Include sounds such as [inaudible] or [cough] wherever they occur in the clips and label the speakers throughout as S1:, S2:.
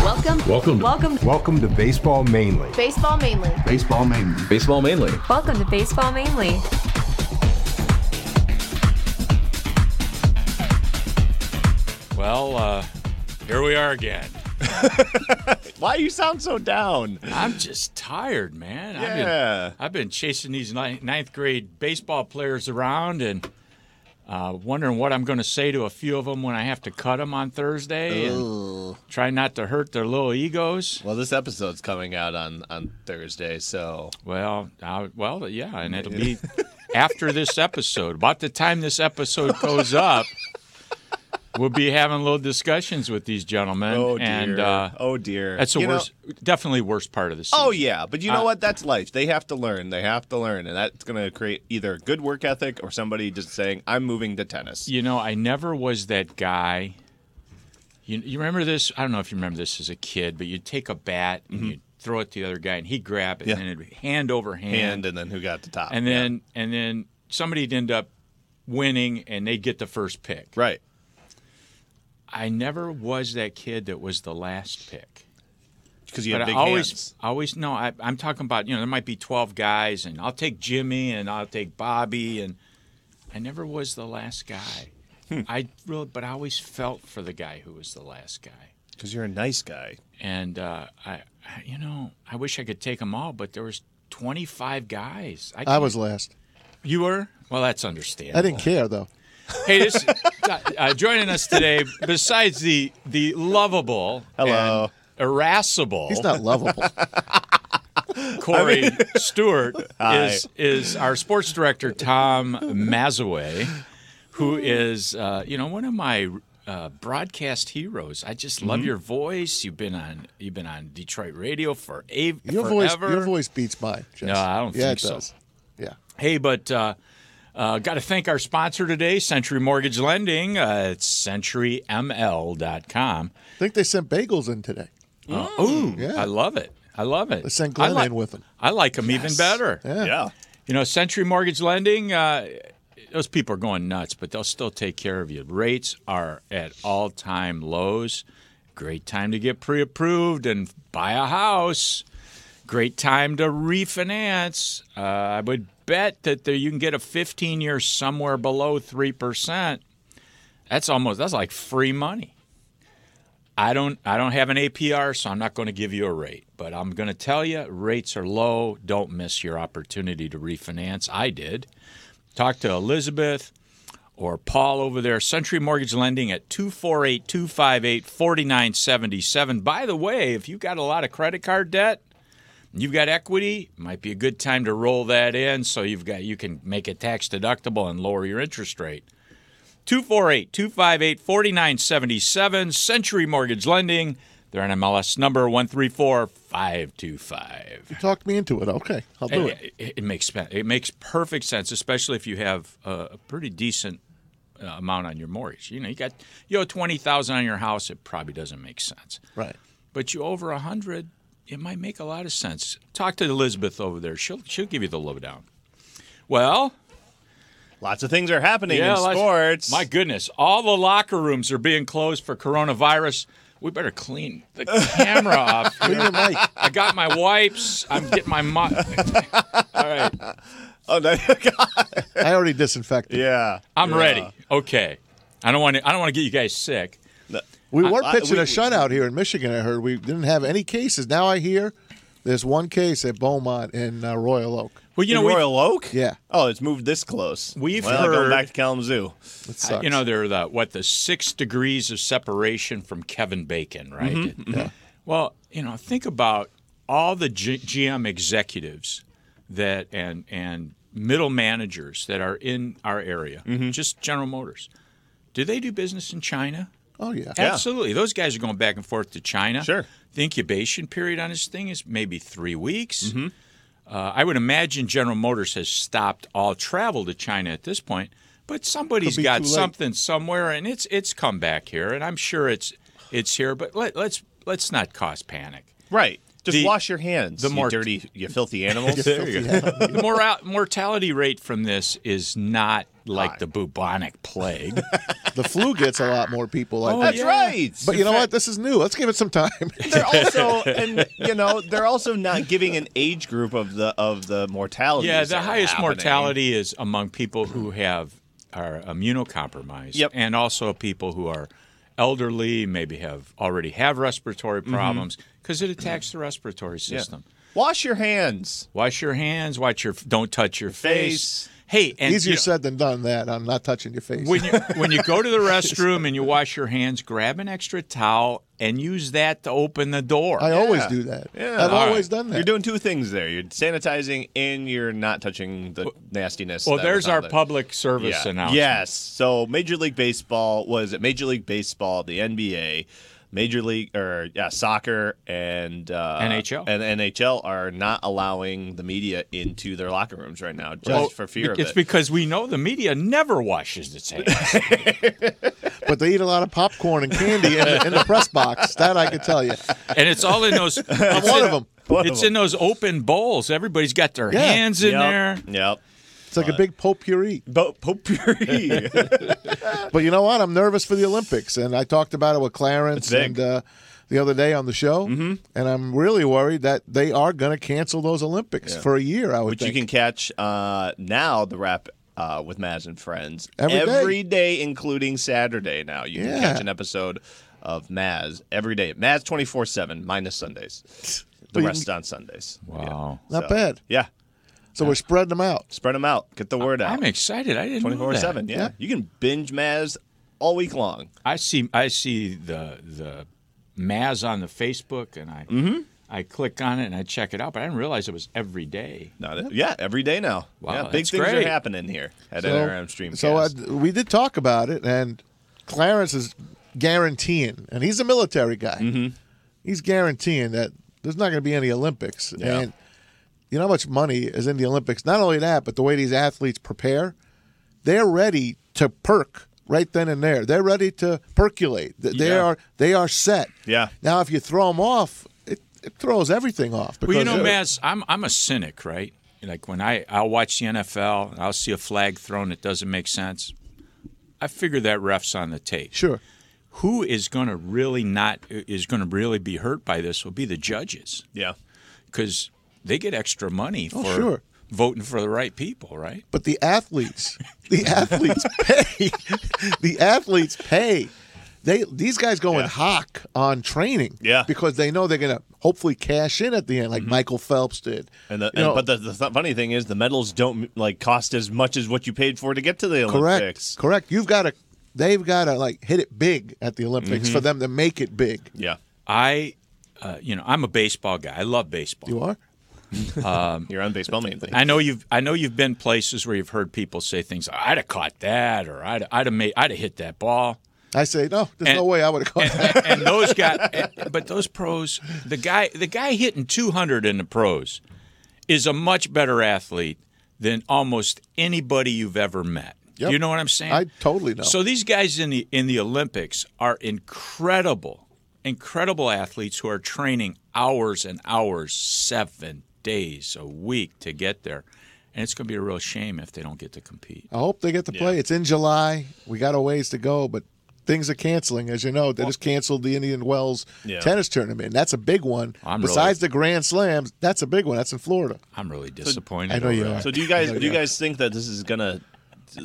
S1: Welcome.
S2: Welcome.
S1: Welcome.
S3: Welcome to Baseball Mainly.
S1: Baseball mainly.
S4: Baseball mainly.
S5: Baseball mainly.
S6: Welcome to Baseball Mainly.
S7: Well, uh, here we are again.
S4: Why you sound so down?
S7: I'm just tired, man.
S4: Yeah.
S7: I've been, I've been chasing these ni- ninth grade baseball players around and uh, wondering what I'm going to say to a few of them when I have to cut them on Thursday. And try not to hurt their little egos.
S4: Well, this episode's coming out on on Thursday, so
S7: Well, I, well, yeah, and it'll
S4: [laughs]
S7: be after this episode. About the time this episode goes up, we'll be having little discussions with these gentlemen.
S4: oh dear,
S7: And, uh,
S4: oh dear.
S7: That's the
S4: You know-
S7: worst, definitely worst part of the season.
S4: oh yeah, but you know
S7: Uh,
S4: what? That's life. They have to learn. They have to learn, and that's gonna create either good work ethic or somebody just saying, "I'm moving to tennis."
S7: You know, I never was that guy. You, you remember this? I don't know if you remember this as a kid, but you'd take a bat and you'd throw it to the other guy, and he'd grab it,
S4: Mm-hmm. Yeah.
S7: and then it'd be hand over hand,
S4: And and then who got the top?
S7: and
S4: Yeah.
S7: then and then somebody'd end up winning, and they'd get the first pick.
S4: right.
S7: I never was that kid that was the last pick.
S4: Because you have
S7: but I
S4: big
S7: always,
S4: hands.
S7: I always no. I, I'm talking about you know there might be 12 guys, and I'll take Jimmy and I'll take Bobby, and I never was the last guy. I really, but I always felt for the guy who was the last guy,
S4: Because you're a nice guy.
S7: and uh, I, I, you know, I wish I could take them all, but there was 25 guys. I,
S8: I was last.
S7: You were. Well, that's
S8: I
S7: understandable.
S8: didn't care though.
S7: Hey, this, uh, joining us today, besides the the lovable,
S4: Hello.
S7: and irascible,
S8: He's
S4: [laughs]
S8: not lovable.
S7: Corey
S8: [laughs]
S7: Stewart
S4: Hi.
S7: is is our sports director Tom Mazaway, who is uh, you know one of my uh, broadcast heroes. I just love
S8: Mm-hmm.
S7: your voice. You've been on you've been on Detroit radio for a
S8: Your voice,
S7: forever.
S8: your voice beats mine. Jess.
S7: No, I don't
S8: yeah,
S7: think
S8: it
S7: so.
S8: Does. Yeah,
S7: Hey, but uh, uh, got to thank our sponsor today, Century Mortgage Lending. Uh, it's centuryml.com.
S8: I think they sent bagels in today.
S7: Uh, ooh,
S8: Yeah.
S7: I love it. I love it.
S8: They sent
S7: I
S8: Glenn
S7: li-
S8: in with them.
S7: I like them even better.
S8: Yeah.
S4: Yeah.
S7: You know, Century Mortgage Lending, uh, those people are going nuts, but they'll still take care of you. Rates are at all time lows. Great time to get pre approved and buy a house. Great time to refinance. Uh, I would bet that there, you can get a 15 year somewhere below 3%. That's almost, that's like free money. I don't I don't have an APR, so I'm not going to give you a rate. But I'm going to tell you, rates are low. Don't miss your opportunity to refinance. I did. Talk to Elizabeth or Paul over there. Century Mortgage Lending at 248 258 4977. By the way, if you've got a lot of credit card debt, and you've got equity, might be a good time to roll that in so you've got you can make it tax deductible and lower your interest rate. 248 258 4977, Century Mortgage Lending. They're on MLS number 134525.
S8: Talked me into it. Okay, I'll do it.
S7: It, it, it makes spe- it makes perfect sense, especially if you have a, a pretty decent uh, amount on your mortgage. You know, you got you owe 20,000 on your house, it probably doesn't make sense.
S8: Right.
S7: But you over 100, it might make a lot of sense. Talk to Elizabeth over there. She'll she'll give you the lowdown. Well,
S4: Lots of things are happening in
S7: let's-
S4: sports.
S7: My goodness, all the locker rooms are being closed for coronavirus. We better clean the
S4: [laughs]
S7: camera off.
S8: Clean your mic.
S7: I got my wipes. I'm getting my
S4: [laughs]
S7: mop. All right,
S4: Oh, no. [laughs]
S8: I already disinfected.
S4: yeah.
S7: I'm
S4: Yeah.
S7: ready. Okay, I don't want to. I don't want to get you guys sick.
S8: We were
S4: I-
S8: pitching
S4: we-
S8: a shutout here in Michigan. I heard we didn't have any cases. Now I hear there's one case at Beaumont in uh, Royal Oak.
S7: Well, you
S4: In
S7: know, we've-
S4: Royal Oak?
S8: Yeah.
S4: Oh, it's moved this close.
S7: We've
S4: well, going
S7: heard-
S4: back to Kalamazoo.
S8: It sucks.
S7: you know, they're the what the six degrees of separation from Kevin Bacon, right? Well, you know, think about all the G- GM executives that and and middle managers that are in our area, just General Motors. Do they do business in China?
S8: oh yeah.
S7: Absolutely. Those guys are going back and forth to China.
S4: Sure.
S7: The incubation period on this thing is maybe three weeks.
S8: Mm-hmm.
S7: Uh, I would imagine General Motors has stopped all travel to China at this point, but somebody's
S8: be
S7: got
S8: too late.
S7: something somewhere, and it's it's come back here, and I'm sure it's it's here. But let, let's let's not cause panic.
S4: Right. Just
S7: The-
S4: wash your hands.
S7: the
S4: The
S7: more-
S4: more dirty, you filthy animals.
S7: The [laughs] mora- mortality rate from this is not like the bubonic plague.
S8: the flu gets a lot more people. I
S7: Oh,
S8: think.
S4: That's
S7: yeah.
S4: right. [laughs]
S8: But you know what? This is new. Let's give it some time.
S4: they're also and you know they're also not giving an age group of the of the mortality.
S7: Yeah, the highest mortality is among people who have are immunocompromised,
S4: Yep.
S7: and also people who are elderly, maybe have already have respiratory
S4: Mm-hmm.
S7: problems because it attacks the respiratory system.
S4: Wash your hands.
S7: Wash your hands. Watch your don't touch your face.
S4: Face.
S7: Hey, and
S8: Easier
S7: you know,
S8: said than done. That I'm not touching your face.
S7: when you when you go to
S4: [laughs]
S7: the restroom and you wash your hands, grab an extra towel and use that to open the door.
S8: I always do that.
S4: Yeah.
S8: I've
S4: All
S8: always
S4: right.
S8: done that.
S4: You're doing two things there. You're sanitizing and you're not touching the nastiness.
S7: well,
S4: that
S7: there's
S4: was on
S7: our
S4: the-
S7: public service
S4: Yeah.
S7: announcement.
S4: Yes. So Major League Baseball was it Major League Baseball, the NBA, Major League or yeah, soccer and uh,
S7: NHL.
S4: and NHL are not allowing the media into their locker rooms right now just
S7: Well,
S4: for fear of
S7: Oh, it's
S4: it.
S7: because we know the media never washes its hands.
S8: but they eat a lot of popcorn and candy in the, in the press box. That I could tell you.
S7: and it's all in those. I'm
S8: [laughs] one of 'em.
S4: One of
S7: It's
S4: 'em.
S7: in those open bowls. Everybody's got their
S8: Yeah.
S7: hands in
S4: Yep,
S7: there.
S4: Yep.
S8: It's like a big potpourri.
S7: [laughs]
S4: But potpourri.
S8: But you know what? I'm nervous for the Olympics, and I talked about it with
S4: It's
S8: Clarence
S4: big.
S8: and uh, the other day on the show. Mm-hmm. And I'm really worried that they are going to cancel those Olympics for a year. I would
S4: which you
S8: think.
S4: can catch uh, now the wrap uh, with Maz and friends
S8: Every day.
S4: every day, including Saturday. Now you can
S8: Yeah.
S4: catch an episode of Maz every day. Maz twenty four seven minus Sundays.
S8: [laughs]
S4: The
S8: But you
S4: rest on Sundays.
S7: Wow.
S8: Not bad.
S4: Yeah,
S8: So we're spreading them out.
S4: spread them out. Get the word out.
S7: I'm excited. I didn't
S4: twenty
S7: know
S4: four
S7: that.
S4: seven. Yeah,
S8: Yeah.
S4: you can binge Maz all week long.
S7: I see. I see the the Maz on the Facebook, and I
S8: Mm-hmm.
S7: I click on it and I check it out. But I didn't realize it was every day.
S4: Not it- yeah, every day now.
S7: Wow,
S4: yeah, big
S7: that's
S4: things
S7: great.
S4: are happening here at
S8: So-
S4: NRM Streamcast.
S8: So uh, we did talk about it, and Clarence is guaranteeing, and he's a military guy.
S7: Mm-hmm.
S8: He's guaranteeing that there's not going to be any Olympics.
S4: Yeah.
S8: And you know how much money is in the Olympics? Not only that, but the way these athletes prepare, they're ready to perk right then and there. They're ready to percolate. Th- They
S7: Yeah.
S8: are they are set.
S4: Yeah.
S8: Now, if you throw them off, it, it throws everything off. Because
S7: Well, you know, Maz, I'm I'm a cynic, right? Like when I I'll watch the NFL, and I'll see a flag thrown that doesn't make sense. I figure that ref's on the tape.
S8: Sure.
S7: Who is going to really not is going to really be hurt by this will be the judges.
S4: yeah,
S7: because they get extra money for
S8: Oh, sure.
S7: voting for the right people, right?
S8: but the athletes, the
S4: [laughs]
S8: athletes pay. the athletes pay. They these guys go in hock on training,
S4: Yeah. Mm-hmm.
S8: because they know they're gonna hopefully cash in at the end, like Michael Phelps did.
S4: and, the,
S8: You
S4: and
S8: know,
S4: but the, the th- funny thing is the medals don't like cost as much as what you paid for to get to the
S8: correct,
S4: Olympics.
S8: correct. You've got to, they've got to like hit it big at the Olympics
S4: Mm-hmm.
S8: for them to make it big.
S4: Yeah,
S7: I, uh, you know, I'm a baseball guy. I love baseball.
S8: You are. um,
S4: you're on baseball mainly.
S7: I know you've. I know you've been places where you've heard people say things. like, I'd have caught that, or I'd, I'd have made. I'd have hit that ball.
S8: I say no. There's
S7: And-
S8: no way I would have caught that.
S7: and, [laughs] and those guys, but those pros, the guy, the guy hitting 200 in the pros, is a much better athlete than almost anybody you've ever met.
S8: Yep.
S7: You know what I'm saying?
S8: I totally know.
S7: So these guys in the in the Olympics are incredible, incredible athletes who are training hours and hours, seven days a week to get there, and it's going to be a real shame if they don't get to compete.
S8: I hope they get to play. It's in July. We got a ways to go, but things are canceling, as you know. They just canceled the Indian Wells
S4: Yeah.
S8: tennis tournament. and That's a big one.
S7: I'm really-
S8: Besides the Grand Slams, that's a big one. That's in Florida.
S7: I'm really disappointed.
S8: I know you
S7: over
S8: are.
S7: that.
S4: So do you guys do you guys think that this is gonna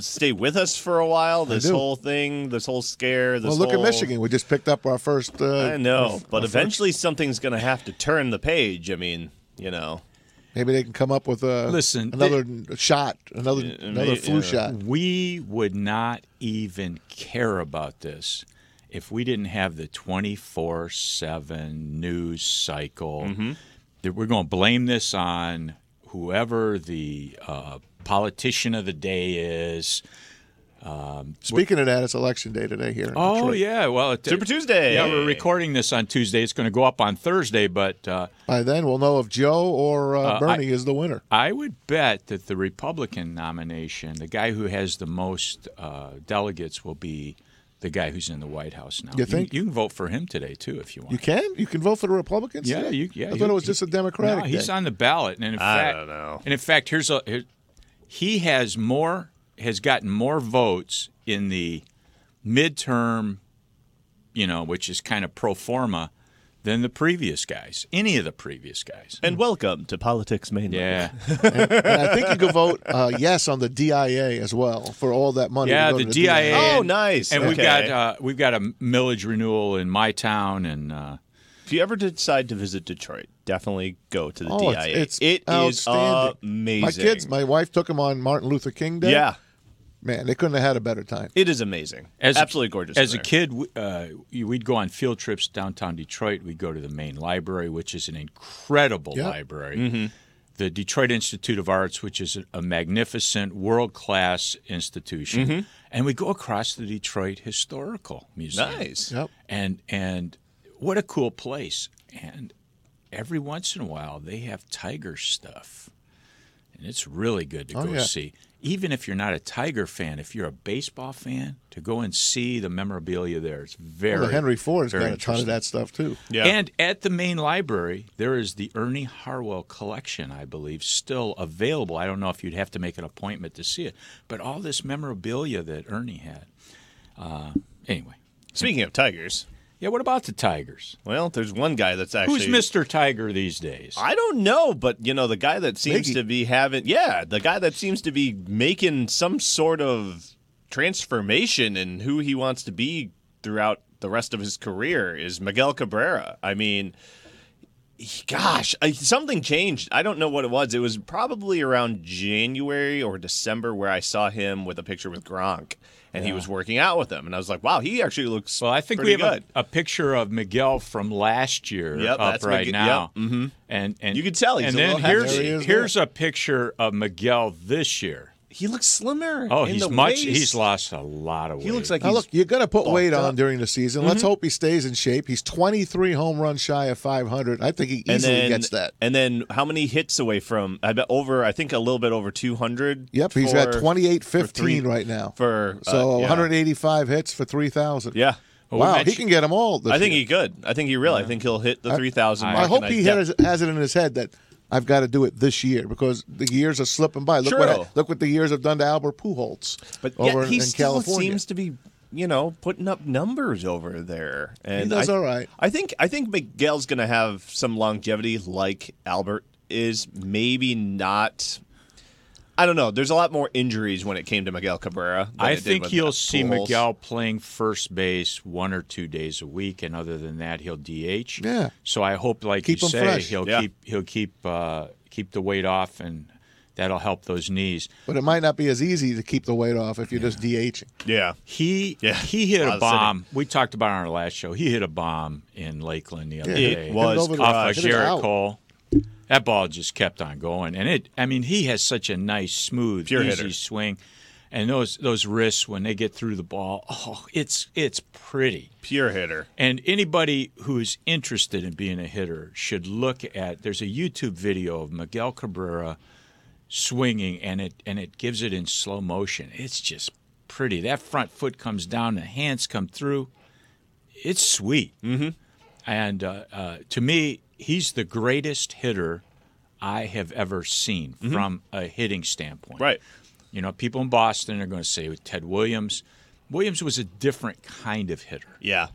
S4: stay with us for a while? This
S8: do.
S4: whole thing, this whole scare. This
S8: well, look
S4: whole-
S8: at Michigan. We just picked up our first. Uh,
S4: I know, but
S8: our
S4: eventually something's gonna have to turn the page. I mean, you know,
S8: first- maybe they can come up with a
S7: Listen,
S8: another shot, another another
S4: may-
S8: flu
S4: yeah.
S8: shot.
S7: We would not even care about this if we didn't have the 24 7 news cycle. That We're going to blame this on whoever the uh, politician of the day is.
S8: Speaking of that, it's election day today here. in
S7: Oh,
S8: Detroit.
S7: yeah. Well, it,
S4: Super Tuesday.
S7: Yeah, we're recording this on Tuesday. It's going to go up on Thursday, but uh,
S8: By then, we'll know if Joe or uh, Bernie is the winner.
S7: I would bet that the Republican nomination, the guy who has the most uh, delegates, will be the guy who's in the White House now.
S8: You think?
S7: You, can vote for him today too if you want.
S8: You can you can vote for the Republicans.
S7: yeah,
S8: today?
S7: you, yeah.
S8: I
S7: you-
S8: thought it was just a Democratic.
S7: No, he's
S8: day.
S7: on the ballot, and in
S4: I
S7: fact,
S4: don't know.
S7: And in fact, here's a here, he has more has gotten more votes in the midterm, you know, which is kind of pro forma than the previous guys, any of the previous guys.
S4: And welcome to Politics Mainly.
S7: Yeah.
S8: And I think you could vote uh, yes on the DIA as well for all that money. to
S7: Yeah,
S8: go
S7: the
S8: to
S7: DIA.
S4: Oh,
S7: and-
S4: nice.
S7: And we've
S4: Okay.
S7: got uh, we've got a millage renewal in my town, and uh,
S4: If you ever decide to visit Detroit, definitely go to the
S8: Oh,
S4: DIA.
S8: it's, it's
S4: It is
S8: outstanding.
S4: amazing.
S8: My kids, my wife took them on Martin Luther King Day.
S4: yeah,
S8: man, they couldn't have had a better time.
S4: it is amazing.
S7: As a-
S4: Absolutely gorgeous.
S7: as
S4: in
S7: a
S4: there.
S7: kid, we- uh, we'd go on field trips downtown Detroit. We'd go to the main library, which is an incredible
S8: Yeah.
S7: library.
S4: Mm-hmm.
S7: The Detroit Institute of Arts, which is a magnificent, world class institution,
S4: Mm-hmm.
S7: and we go across the Detroit Historical Museum.
S4: nice.
S8: Yep.
S7: and and what a cool place and every once in a while they have tiger stuff and it's really good to
S8: Oh,
S7: go
S8: yeah.
S7: see even if you're not a tiger fan if you're a baseball fan to go and see the memorabilia there it's very
S8: Well, the Henry Ford's
S7: very
S8: got a ton of
S7: interesting.
S8: that stuff too.
S4: Yeah.
S7: And at the main library, there is the Ernie Harwell collection, I believe, still available. I don't know if you'd have to make an appointment to see it, but all this memorabilia that Ernie had. Uh, anyway,
S4: Speaking of tigers,
S7: yeah. What about the Tigers?
S4: well, there's one guy that's actually
S7: Who's Mr. Tiger these days?
S4: I don't know, but you know the guy that seems
S8: Miggy.
S4: to be having yeah, the guy that seems to be making some sort of transformation in who he wants to be throughout the rest of his career is Miguel Cabrera. I mean, he- gosh, I, something changed. I don't know what it was. It was probably around January or December where I saw him with a picture with Gronk and he was working out with him and I was like, "Wow, he actually looks
S7: well, I think we
S4: pretty
S7: have a,
S4: good."
S7: a picture of Miguel from last year
S4: Yep,
S7: up
S4: that's
S7: right
S4: Miguel-
S7: now.
S4: yep,
S7: mm-hmm. And and
S4: You can tell he's
S7: and
S4: a
S7: then
S4: little
S7: here's
S8: hefty. There he is
S7: here's a picture of Miguel this year.
S4: he looks slimmer.
S7: Oh,
S4: in
S7: he's
S4: the
S7: much.
S4: waist.
S7: He's lost a lot of weight.
S4: He looks like
S8: Now
S4: he's
S8: look, you got to put weight
S4: bulked
S8: on
S4: up. Mm-hmm.
S8: during the season. Let's hope he stays in shape. He's 23 home runs shy of 500. I think he easily gets that.
S4: And then how many hits away from? I bet over. I think a little bit over two hundred.
S8: Yep, he's got 28 15 right now.
S4: for uh,
S8: so
S4: yeah.
S8: 185 hits for 3,000.
S4: Yeah,
S7: we
S8: wow, he
S7: mentioned-
S8: can get them all. This
S4: I think
S8: year.
S4: he could. I think he really. I think he'll hit the three thousand.
S8: I hope he has, has it in his head that I've got to do it this year because the years are slipping by. Look what I-
S4: True.
S8: look what the years have done to Albert Pujols
S4: But
S8: over
S4: yet
S8: in,
S4: he
S8: in
S4: still
S8: California.
S4: seems to be, you know, putting up numbers over there. And
S8: does
S4: I,
S8: all right.
S4: I think I think Miguel's going to have some longevity, like Albert is. Maybe not. I don't know. There's a lot more injuries when it came to Miguel Cabrera. than
S7: I
S4: it did
S7: think
S4: with
S7: you'll see
S4: Pujols.
S7: Miguel playing first base one or two days a week, and other than that, he'll DH.
S8: Yeah.
S7: So I hope, like
S8: Keep
S7: you
S8: 'em
S7: say,
S8: fresh.
S7: he'll
S4: Yeah.
S7: keep he'll keep uh, keep the weight off, and that'll help those knees.
S8: but it might not be as easy to keep the weight off if you're just DHing.
S4: Yeah.
S7: He
S4: Yeah.
S7: he hit
S4: Wow,
S7: a
S4: that's
S7: bomb. We talked about it on our last show. He hit a bomb in Lakeland the other
S8: Yeah.
S7: day.
S4: It was
S8: over the-
S7: off
S8: Hit
S7: of
S8: it
S7: Garrett
S8: out.
S7: Cole. That ball just kept on going, and it—I mean—he has such a nice, smooth,
S4: Pure
S7: easy
S4: hitter.
S7: swing, and those those wrists when they get through the ball, oh, it's it's pretty.
S4: Pure hitter.
S7: And anybody who's interested in being a hitter should look at. There's a YouTube video of Miguel Cabrera swinging, and it and it gives it in slow motion. It's just pretty. That front foot comes down, the hands come through. It's sweet. Mm-hmm. And uh, uh, to me, he's the greatest hitter I have ever seen from a hitting standpoint.
S4: Right.
S7: You know, people in Boston are going to say with Ted Williams. Williams was a different kind of hitter.
S4: Yeah.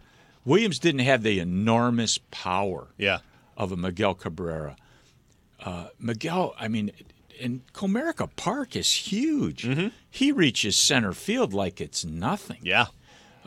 S7: Williams didn't have the enormous power
S4: Yeah.
S7: of a Miguel Cabrera. Uh, Miguel, I mean, and Comerica Park is huge.
S4: Mm-hmm.
S7: He reaches center field like it's nothing.
S4: Yeah.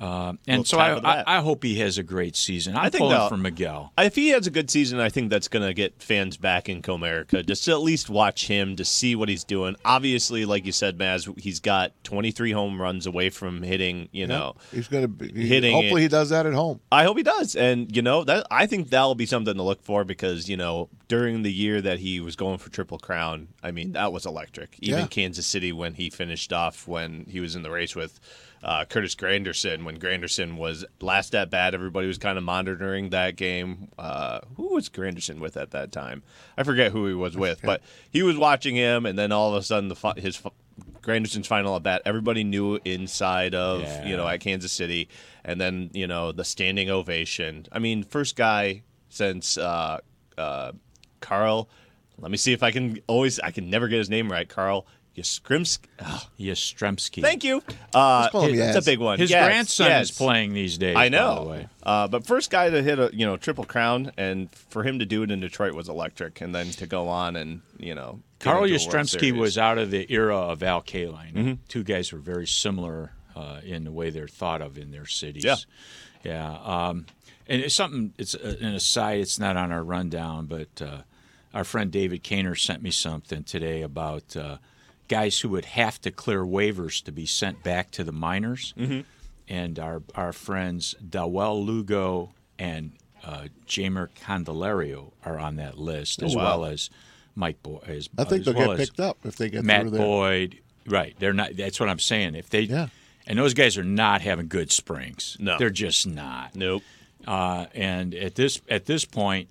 S7: and so
S4: tap
S7: I,
S4: of the bat.
S7: I, I hope he has a great season. I'm
S4: think
S7: pulling
S4: they'll-
S7: for Miguel.
S4: If he has a good season, I think that's going to get fans back in Comerica just to at least watch him to see what he's doing. Obviously, like you said, Maz, he's got 23 home runs away from hitting. You know,
S8: He's going to be
S4: Hitting
S8: Hopefully,
S4: it.
S8: he does that at home.
S4: I hope he does, and you know that I think that'll be something to look for because you know during the year that he was going for triple crown, I mean that was electric. Even
S8: Yeah.
S4: Kansas City when he finished off when he was in the race with uh, Curtis Granderson when Granderson was last at bat, everybody was kind of monitoring that game. Uh, who was Granderson with at that time? I forget who he was with, but he was watching him, and then all of a sudden the fi- his. fi- Granderson's final at bat, everybody knew inside of
S7: Yeah.
S4: you know at Kansas City, and then you know the standing ovation. I mean, first guy since uh, uh, Carl. Let me see if I can always. I can never get his name right. Carl Yastrzemski.
S7: Yastrzemski.
S4: Thank you. Uh,
S8: call him
S4: it's a
S8: Yaz.
S4: big one.
S7: His
S4: Yes,
S7: grandson is
S4: yes.
S7: playing these days. By the
S4: I know.
S7: way.
S4: Uh, but first guy to hit a you know triple crown, and for him to do it in Detroit was electric. And then to go on and you know get
S7: Carl
S4: into a World
S7: Yastrzemski
S4: Series.
S7: was out of the era of Al Kaline.
S4: Mm-hmm.
S7: Two guys were very similar uh, in the way they're thought of in their cities.
S4: Yeah.
S7: Yeah. Um, and it's something, it's uh, an aside, it's not on our rundown, but uh, our friend David Kainer sent me something today about uh, guys who would have to clear waivers to be sent back to the minors.
S4: Mm-hmm.
S7: And our, our friends Dawel Lugo and uh, Jamer Candelario are on that list, as
S4: Oh, wow.
S7: well as Mike Boy. As
S4: Oh,
S8: I think
S7: as
S8: they'll
S7: well
S8: get
S7: as
S8: picked up if they get
S7: Matt
S8: through there.
S7: Boyd, right? They're not. That's what I'm saying. If they,
S8: Yeah.
S7: and those guys are not having good springs.
S4: No.
S7: they're just not.
S4: Nope.
S7: Uh, and at this at this point,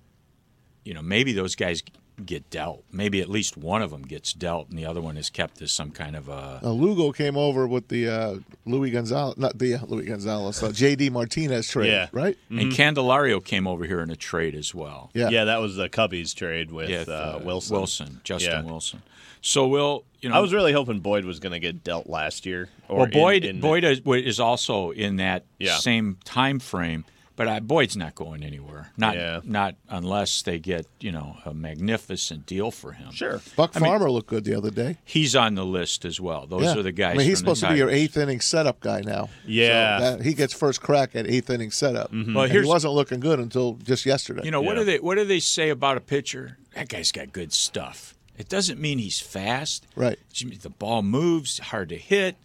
S7: you know, maybe those guys get dealt. Maybe at least one of them gets dealt, and the other one is kept as some kind of a.
S8: Uh, Lugo came over with the uh, Louis Gonzalez, not the uh, Louis Gonzalez, uh, J.D. Martinez trade,
S4: Yeah.
S8: right?
S4: Mm-hmm.
S7: And Candelario came over here in a trade as well.
S8: Yeah.
S4: Yeah, that was the Cubbies trade with uh, Wilson.
S7: Wilson, Justin
S4: Yeah.
S7: Wilson. So Will, you know,
S4: I was really hoping Boyd was going to get dealt last year. Or
S7: Well, Boyd
S4: in, in,
S7: Boyd is, wa- is also in that
S4: Yeah.
S7: same time frame, but I, Boyd's not going anywhere. Not
S4: Yeah.
S7: not unless they get you know a magnificent deal for him.
S4: Sure.
S8: Buck Farmer looked good the other day.
S7: he's on the list as well. Those
S8: yeah.
S7: are the guys.
S8: I mean, he's
S7: from the
S8: supposed to be your
S7: Tigers.
S8: eighth inning setup guy now.
S4: Yeah.
S8: So that- he gets first crack at eighth inning setup.
S7: Mm-hmm. Well,
S8: And
S7: here's-
S8: he wasn't looking good until just yesterday.
S7: You know what
S4: Yeah.
S7: do they what do they say about a pitcher? That guy's got good stuff. It doesn't mean he's fast.
S8: Right.
S7: It means The ball moves, hard to hit.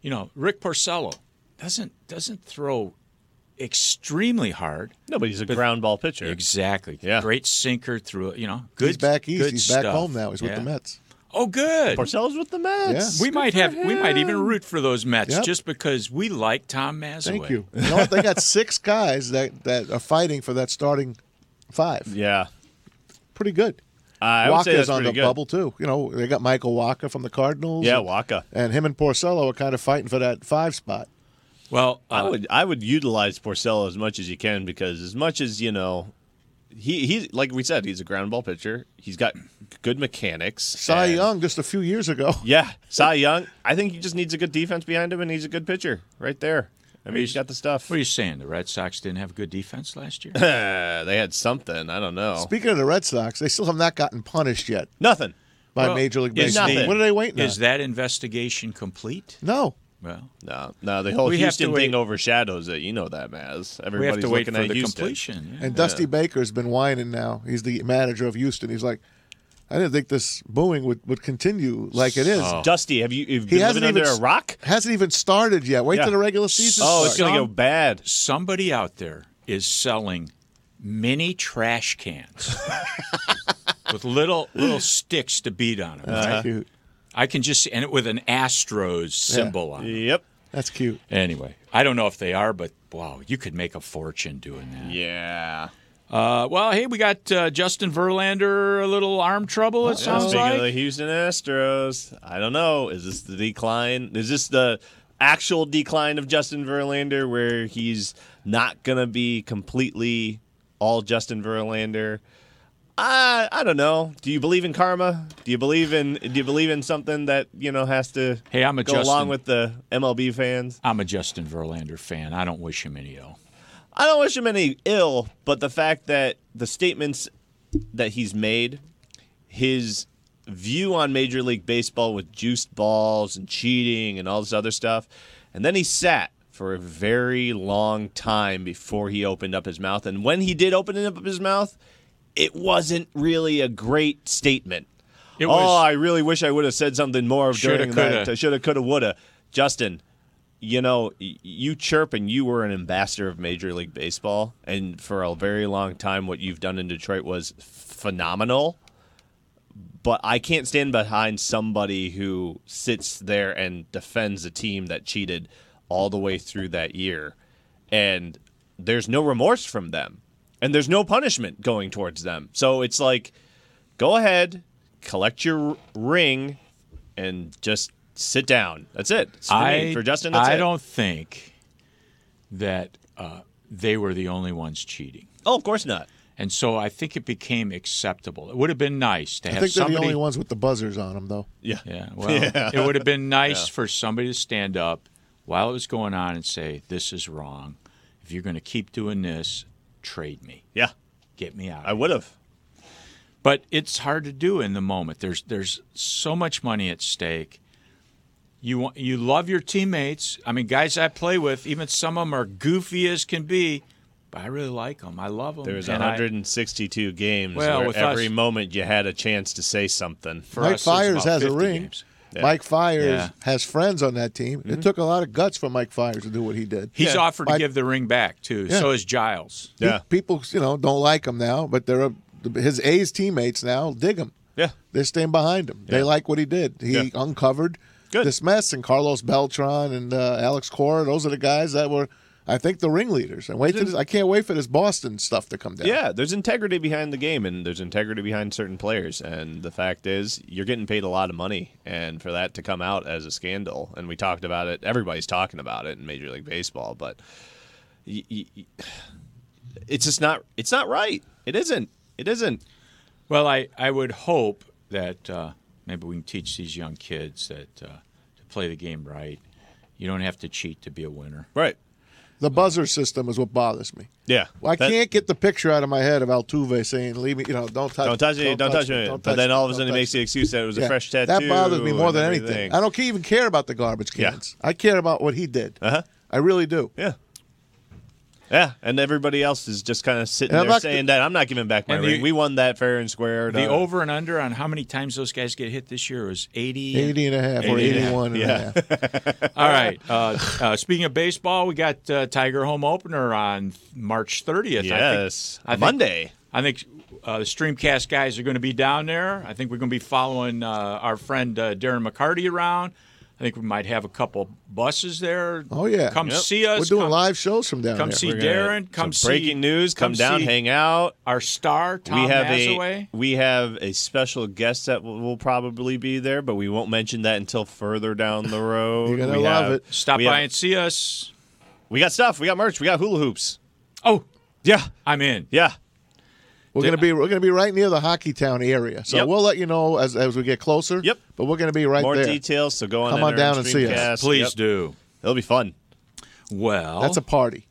S7: You know, Rick Porcello doesn't doesn't throw extremely hard.
S4: No, but he's a ground ball pitcher.
S7: Exactly.
S4: Yeah.
S7: Great sinker through. You know, good.
S8: he's back east.
S7: good
S8: He's back
S7: stuff.
S8: home now. He's with
S7: Yeah.
S8: the Mets.
S7: Oh, good.
S4: Porcello's with the Mets.
S8: Yeah.
S7: We might have. We might even root for those Mets
S8: Yep.
S7: just because we like Tom Mazaway.
S8: Thank you. You know what?
S7: [laughs]
S8: They got six guys that, that are fighting for that starting five.
S4: Yeah.
S8: Pretty good.
S4: I would say
S8: Waka's
S4: that's
S8: on
S4: pretty
S8: the
S4: good.
S8: bubble too. You know, they got Michael Waka from the Cardinals.
S4: [laughs] Yeah, Waka.
S8: And him and Porcello are kind of fighting for that five spot.
S7: Well, uh,
S4: I would I would utilize Porcello as much as you can because as much as you know, he he's like we said he's a ground ball pitcher. He's got good mechanics.
S8: Cy
S4: and-
S8: Young just a few
S7: [laughs]
S8: years ago.
S4: Yeah, Cy Young. I think he just needs a good defense behind him, and he's a good pitcher right there. I mean, he's got the stuff.
S7: what are you saying? The Red Sox didn't have good defense last
S8: [laughs]
S7: year.
S4: Uh, [sighs] they had something. I don't know.
S8: Speaking of the Red Sox, they still have not gotten punished yet
S4: Nothing.
S8: by
S7: Well,
S8: Major League
S4: is
S8: Baseball.
S4: nothing.
S8: What are they waiting
S7: Is
S8: on?
S7: that investigation complete?
S8: no.
S7: Well,
S4: No, no. The whole
S7: We have to
S4: Houston
S7: wait-
S4: thing overshadows it. You know that, Maz.
S7: we
S4: Everybody's
S7: have to wait for
S4: looking at
S7: the
S4: Houston.
S7: completion. yeah.
S8: And Dusty Baker's been whining now. He's the manager of Houston. He's like, I didn't think this booing would, would continue like it is.
S7: Oh.
S4: Dusty, have you? Have you
S8: He
S4: been
S8: hasn't
S4: Oh. living under
S8: even
S4: a rock?
S8: Hasn't even started yet. Wait
S4: Yeah.
S8: till the regular season.
S4: Oh, it's
S8: starts.
S4: gonna go
S7: Some-
S4: bad.
S7: Somebody out there is selling mini trash
S8: [laughs]
S7: cans with little little sticks to beat on them.
S4: uh-huh.
S7: right?
S8: cute.
S7: I can just and it with an Astros symbol on. It.
S4: Yep.
S8: That's cute.
S7: Anyway, I don't know if they are, but wow, you could make a fortune doing that.
S4: Yeah.
S7: Uh, well, hey, we got uh, Justin Verlander a little arm trouble. It sounds
S4: Speaking of the
S7: like.
S4: Houston Astros, I don't know. Is this the decline? Is this the actual decline of Justin Verlander, where he's not gonna be completely all Justin Verlander? I I don't know. Do you believe in karma? Do you believe in Do you believe in something that you know has to
S7: Hey, I'm a
S4: go
S7: Justin-
S4: along with the MLB fans?
S7: I'm a Justin Verlander fan. I don't wish him any ill.
S4: I don't wish him any ill, but the fact that the statements that he's made, his view on Major League Baseball with juiced balls and cheating and all this other stuff, and then he sat for a very long time before he opened up his mouth. And when he did open up his mouth, it wasn't really a great statement.
S7: It
S4: oh,
S7: was-
S4: I really wish I would have said something more
S7: Shoulda,
S4: during
S7: coulda.
S4: that. Shoulda, coulda, woulda. Justin, you know, y- you chirp and you were an ambassador of Major League Baseball. And for a very long time, what you've done in Detroit was phenomenal. But I can't stand behind somebody who sits there and defends a team that cheated all the way through that year. And there's no remorse from them. And there's no punishment going towards them. So it's like, go ahead, collect your r- ring, and just sit down. That's it. It's for me.
S7: I
S4: for Justin, that's
S7: I
S4: it.
S7: don't think that uh, they were the only ones cheating.
S4: Oh, of course not.
S7: And so I think it became acceptable. It would have been nice to
S8: I
S7: have
S8: think they're
S7: somebody.
S8: the only ones with the buzzers on them, though.
S4: Yeah. [laughs]
S7: Yeah, well, it would have been nice for somebody to stand up while it was going on and say, "This is wrong. If you're going to keep doing this, trade me,
S4: Yeah.
S7: get me out."
S4: I would have.
S7: but it's hard to do in the moment. There's there's so much money at stake. You want you love your teammates. I mean, guys I play with, even some of them are goofy as can be, but I really like them. I love them.
S4: There was 162 games
S7: Well,
S4: where
S7: with
S4: every
S7: us-
S4: moment you had a chance to say something.
S8: Mike Fires has a ring. Mike Fires
S7: Yeah.
S8: has friends on that team.
S4: Mm-hmm.
S8: It took a lot of guts for Mike Fires to do what he did.
S7: He's
S4: Yeah.
S7: offered to
S8: Mike-
S7: give the ring back too. So is Giles.
S8: Pe-
S4: Yeah.
S8: people, you know, don't like him now, but they're uh, his A's teammates now dig him.
S4: Yeah.
S8: They're staying behind him. They like what he did. He
S4: Yeah.
S8: uncovered
S4: Good.
S8: this mess, and Carlos Beltran and uh, Alex Cora. Those are the guys that were, I think, the ringleaders. And wait, to this, I can't wait for this Boston stuff to come down.
S4: Yeah, there's integrity behind the game, and there's integrity behind certain players. And the fact is, you're getting paid a lot of money, and for that to come out as a scandal, and we talked about it. Everybody's talking about it in Major League Baseball, but y- y- y- it's just not. It's not right. It isn't. It isn't.
S7: Well, I, I would hope that uh, maybe we can teach these young kids that uh, to play the game right. You don't have to cheat to be a winner.
S4: Right.
S8: The buzzer system is what bothers me.
S4: Yeah.
S8: Well, I
S4: That-
S8: can't get the picture out of my head of Altuve saying, "Leave me, you know, don't touch,
S4: Don't touch it. Don't, touch it.
S8: don't
S4: But
S8: touch
S4: then
S8: me,
S4: all of a
S8: don't
S4: sudden,
S8: touch
S4: it makes the excuse that it was
S8: Yeah.
S4: a fresh tattoo.
S8: That bothers me more
S4: and
S8: than
S4: everything.
S8: anything. I don't ca- even care about the garbage
S4: Yeah.
S8: cans. I care about what he did. Uh-huh. I really do.
S4: Yeah. Yeah, and everybody else is just kind of sitting
S8: And I'm
S4: there
S8: not-
S4: saying that I'm not giving back my
S7: And the-
S4: ring. We won that fair and square.
S7: The
S8: Uh,
S4: da-
S7: over and under on how many times those guys get hit this year is 80.
S8: 80 and a half or
S4: 80 and a half.
S8: 81 and
S4: [laughs] Yeah.
S8: a half.
S7: All right. Uh, uh, speaking of baseball, we got uh, Tiger home opener on March 30th.
S4: Yes,
S7: I think, I think,
S4: Monday.
S7: I think uh, the Streamcast guys are going to be down there. I think we're going to be following uh, our friend uh, Darren McCarty around. I think we might have a couple buses there.
S8: Oh, yeah.
S7: Come
S8: Yep.
S7: see us.
S8: We're doing
S7: come,
S8: live shows from down
S7: Come
S8: there.
S7: see
S4: We're gonna-
S7: Darren. Come
S4: so
S7: see
S4: breaking news. Come, down,
S7: see
S4: hang out.
S7: Our star Tom
S4: We have
S7: Hathaway.
S4: a we have a special guest that will, will probably be there, but we won't mention that until further down the road.
S8: [laughs] You're gonna
S4: We
S8: love
S4: have-
S8: it.
S7: Stop
S4: we
S7: by
S4: have-
S7: and see us.
S4: We got stuff. We got merch. We got hula hoops.
S7: Oh,
S4: Yeah,
S7: I'm in.
S4: yeah.
S8: We're gonna be we're gonna be right near the Hockey Town area, so
S4: Yep.
S8: we'll let you know as, as we get closer.
S4: Yep.
S8: But we're gonna be right
S4: More
S8: there.
S4: details. So go on.
S8: Come on
S4: Enter
S8: down and see us.
S4: Streamcast.
S7: Please
S4: Yep.
S7: do.
S4: It'll be fun.
S7: Well,
S8: That's a party.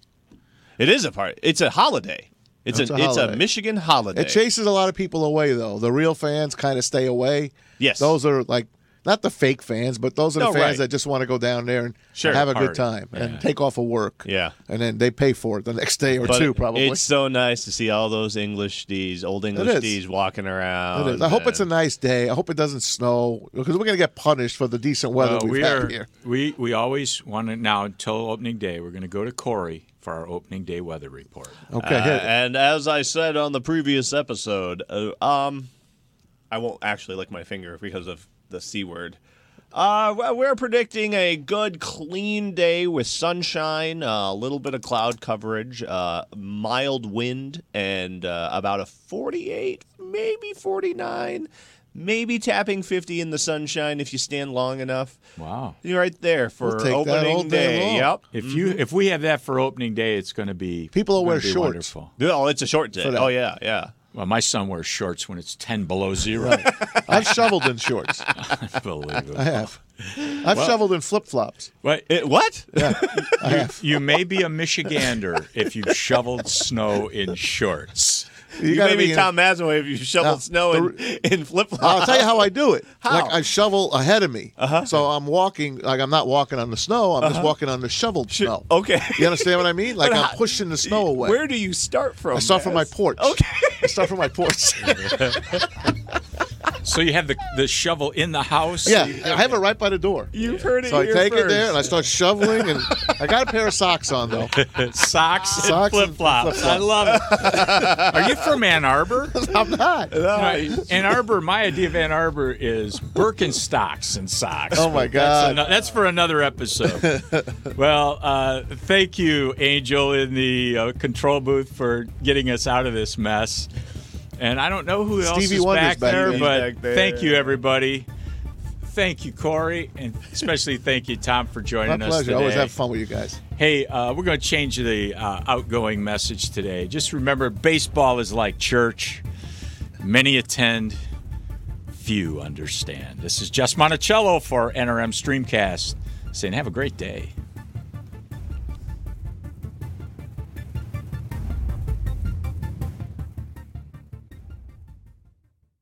S4: It is a part. It's a holiday. It's,
S8: It's
S4: an
S8: a
S4: it's
S8: holiday.
S4: a Michigan holiday.
S8: It chases a lot of people away, though. The real fans kind of stay away.
S4: Yes.
S8: Those are like not the fake fans, but those are the
S4: No,
S8: fans
S4: right.
S8: that just want to go down there and
S4: Sure,
S8: have a
S7: party.
S8: good time and take off of work.
S4: Yeah.
S8: And then they pay for it the next day or
S4: But
S8: two, probably.
S4: It's so nice to see all those English D's, old
S8: is.
S4: English D's walking around.
S8: It is. I hope it's a
S4: and-
S8: nice day. I hope it doesn't snow because we're going to get punished for the decent weather
S4: Uh,
S7: Well,
S8: we've
S7: uh, we
S8: had
S7: are
S8: here.
S7: we we always want to now until opening day. We're going to go to Corey for our opening day weather report.
S8: Okay.
S4: Uh,
S8: hit it.
S4: and as I said on the previous episode, uh, um, I won't actually lick my finger because of the c word. Uh, well, we're predicting a good, clean day with sunshine, a little bit of cloud coverage, uh, mild wind, and uh, about a 48, maybe 49, maybe tapping 50 in the sunshine if you stand long enough.
S7: Wow.
S4: You're right there for
S8: We'll take that
S4: opening
S8: all day long.
S4: Yep.
S7: If you if we have that for opening day, it's going to be
S8: Mm-hmm. People will
S7: gonna
S8: wear
S7: be
S8: shorts.
S7: Wonderful.
S4: Oh, it's a short day.
S8: that.
S4: Oh yeah, yeah.
S7: Well, my son wears shorts when it's ten below zero.
S4: Uh, [laughs]
S8: I've shoveled in shorts. I
S7: [laughs] Unbelievable.
S8: have. I've shoveled in flip flops.
S7: But
S4: It, what?
S8: I have.
S7: you may be a Michigander if you shoveled snow in shorts.
S8: You,
S4: You
S8: gotta
S4: may be
S8: in-
S4: Tom Masaway if you shoveled
S8: No,
S4: snow
S8: the
S4: in, [laughs] in flip
S8: I'll
S4: flops.
S8: tell you how I do it.
S4: How?
S8: Like I shovel ahead of me. Uh-huh. So I'm walking. Like I'm not walking on the snow. I'm just walking on the shoveled snow.
S4: Uh-huh. okay.
S8: You understand what I mean? Like
S4: But
S8: I'm
S4: how-
S8: pushing the snow away.
S4: Where do you start from?
S8: I start from my
S4: Mass?
S8: porch.
S4: Okay. [laughs]
S8: I start from my porch.
S7: So you have the the shovel in the house.
S8: yeah, I have it right by the door.
S4: You've heard it
S8: So I
S4: here
S8: take
S4: first.
S8: it there and I start
S4: [laughs]
S8: shoveling, and I got a pair of socks on though.
S7: [laughs] Socks,
S8: Socks and
S7: and flip flops. I love it.
S8: [laughs]
S7: Are you from Ann Arbor?
S8: I'm not.
S4: Nice.
S7: Ann Arbor, my idea of Ann Arbor is Birkenstocks and socks.
S8: Oh my
S7: But that's
S8: God.
S7: ano- that's for another
S8: [laughs]
S7: episode. well, uh, thank you, Angel, in the uh, control booth for getting us out of this mess. And I don't know who else
S8: Stevie
S7: is
S8: Wonder's
S7: back,
S8: back
S7: there,
S8: there.
S7: but
S4: Back there.
S7: thank you, everybody. Thank you, Corey, and especially thank you, Tom, for joining
S8: My
S7: us
S8: pleasure. I
S7: today.
S8: always have fun with you guys.
S7: Hey, uh, we're going to change the uh, outgoing message today. Just remember, baseball is like church. Many attend, few understand. This is Jess Monticello for NRM Streamcast saying, have a great day.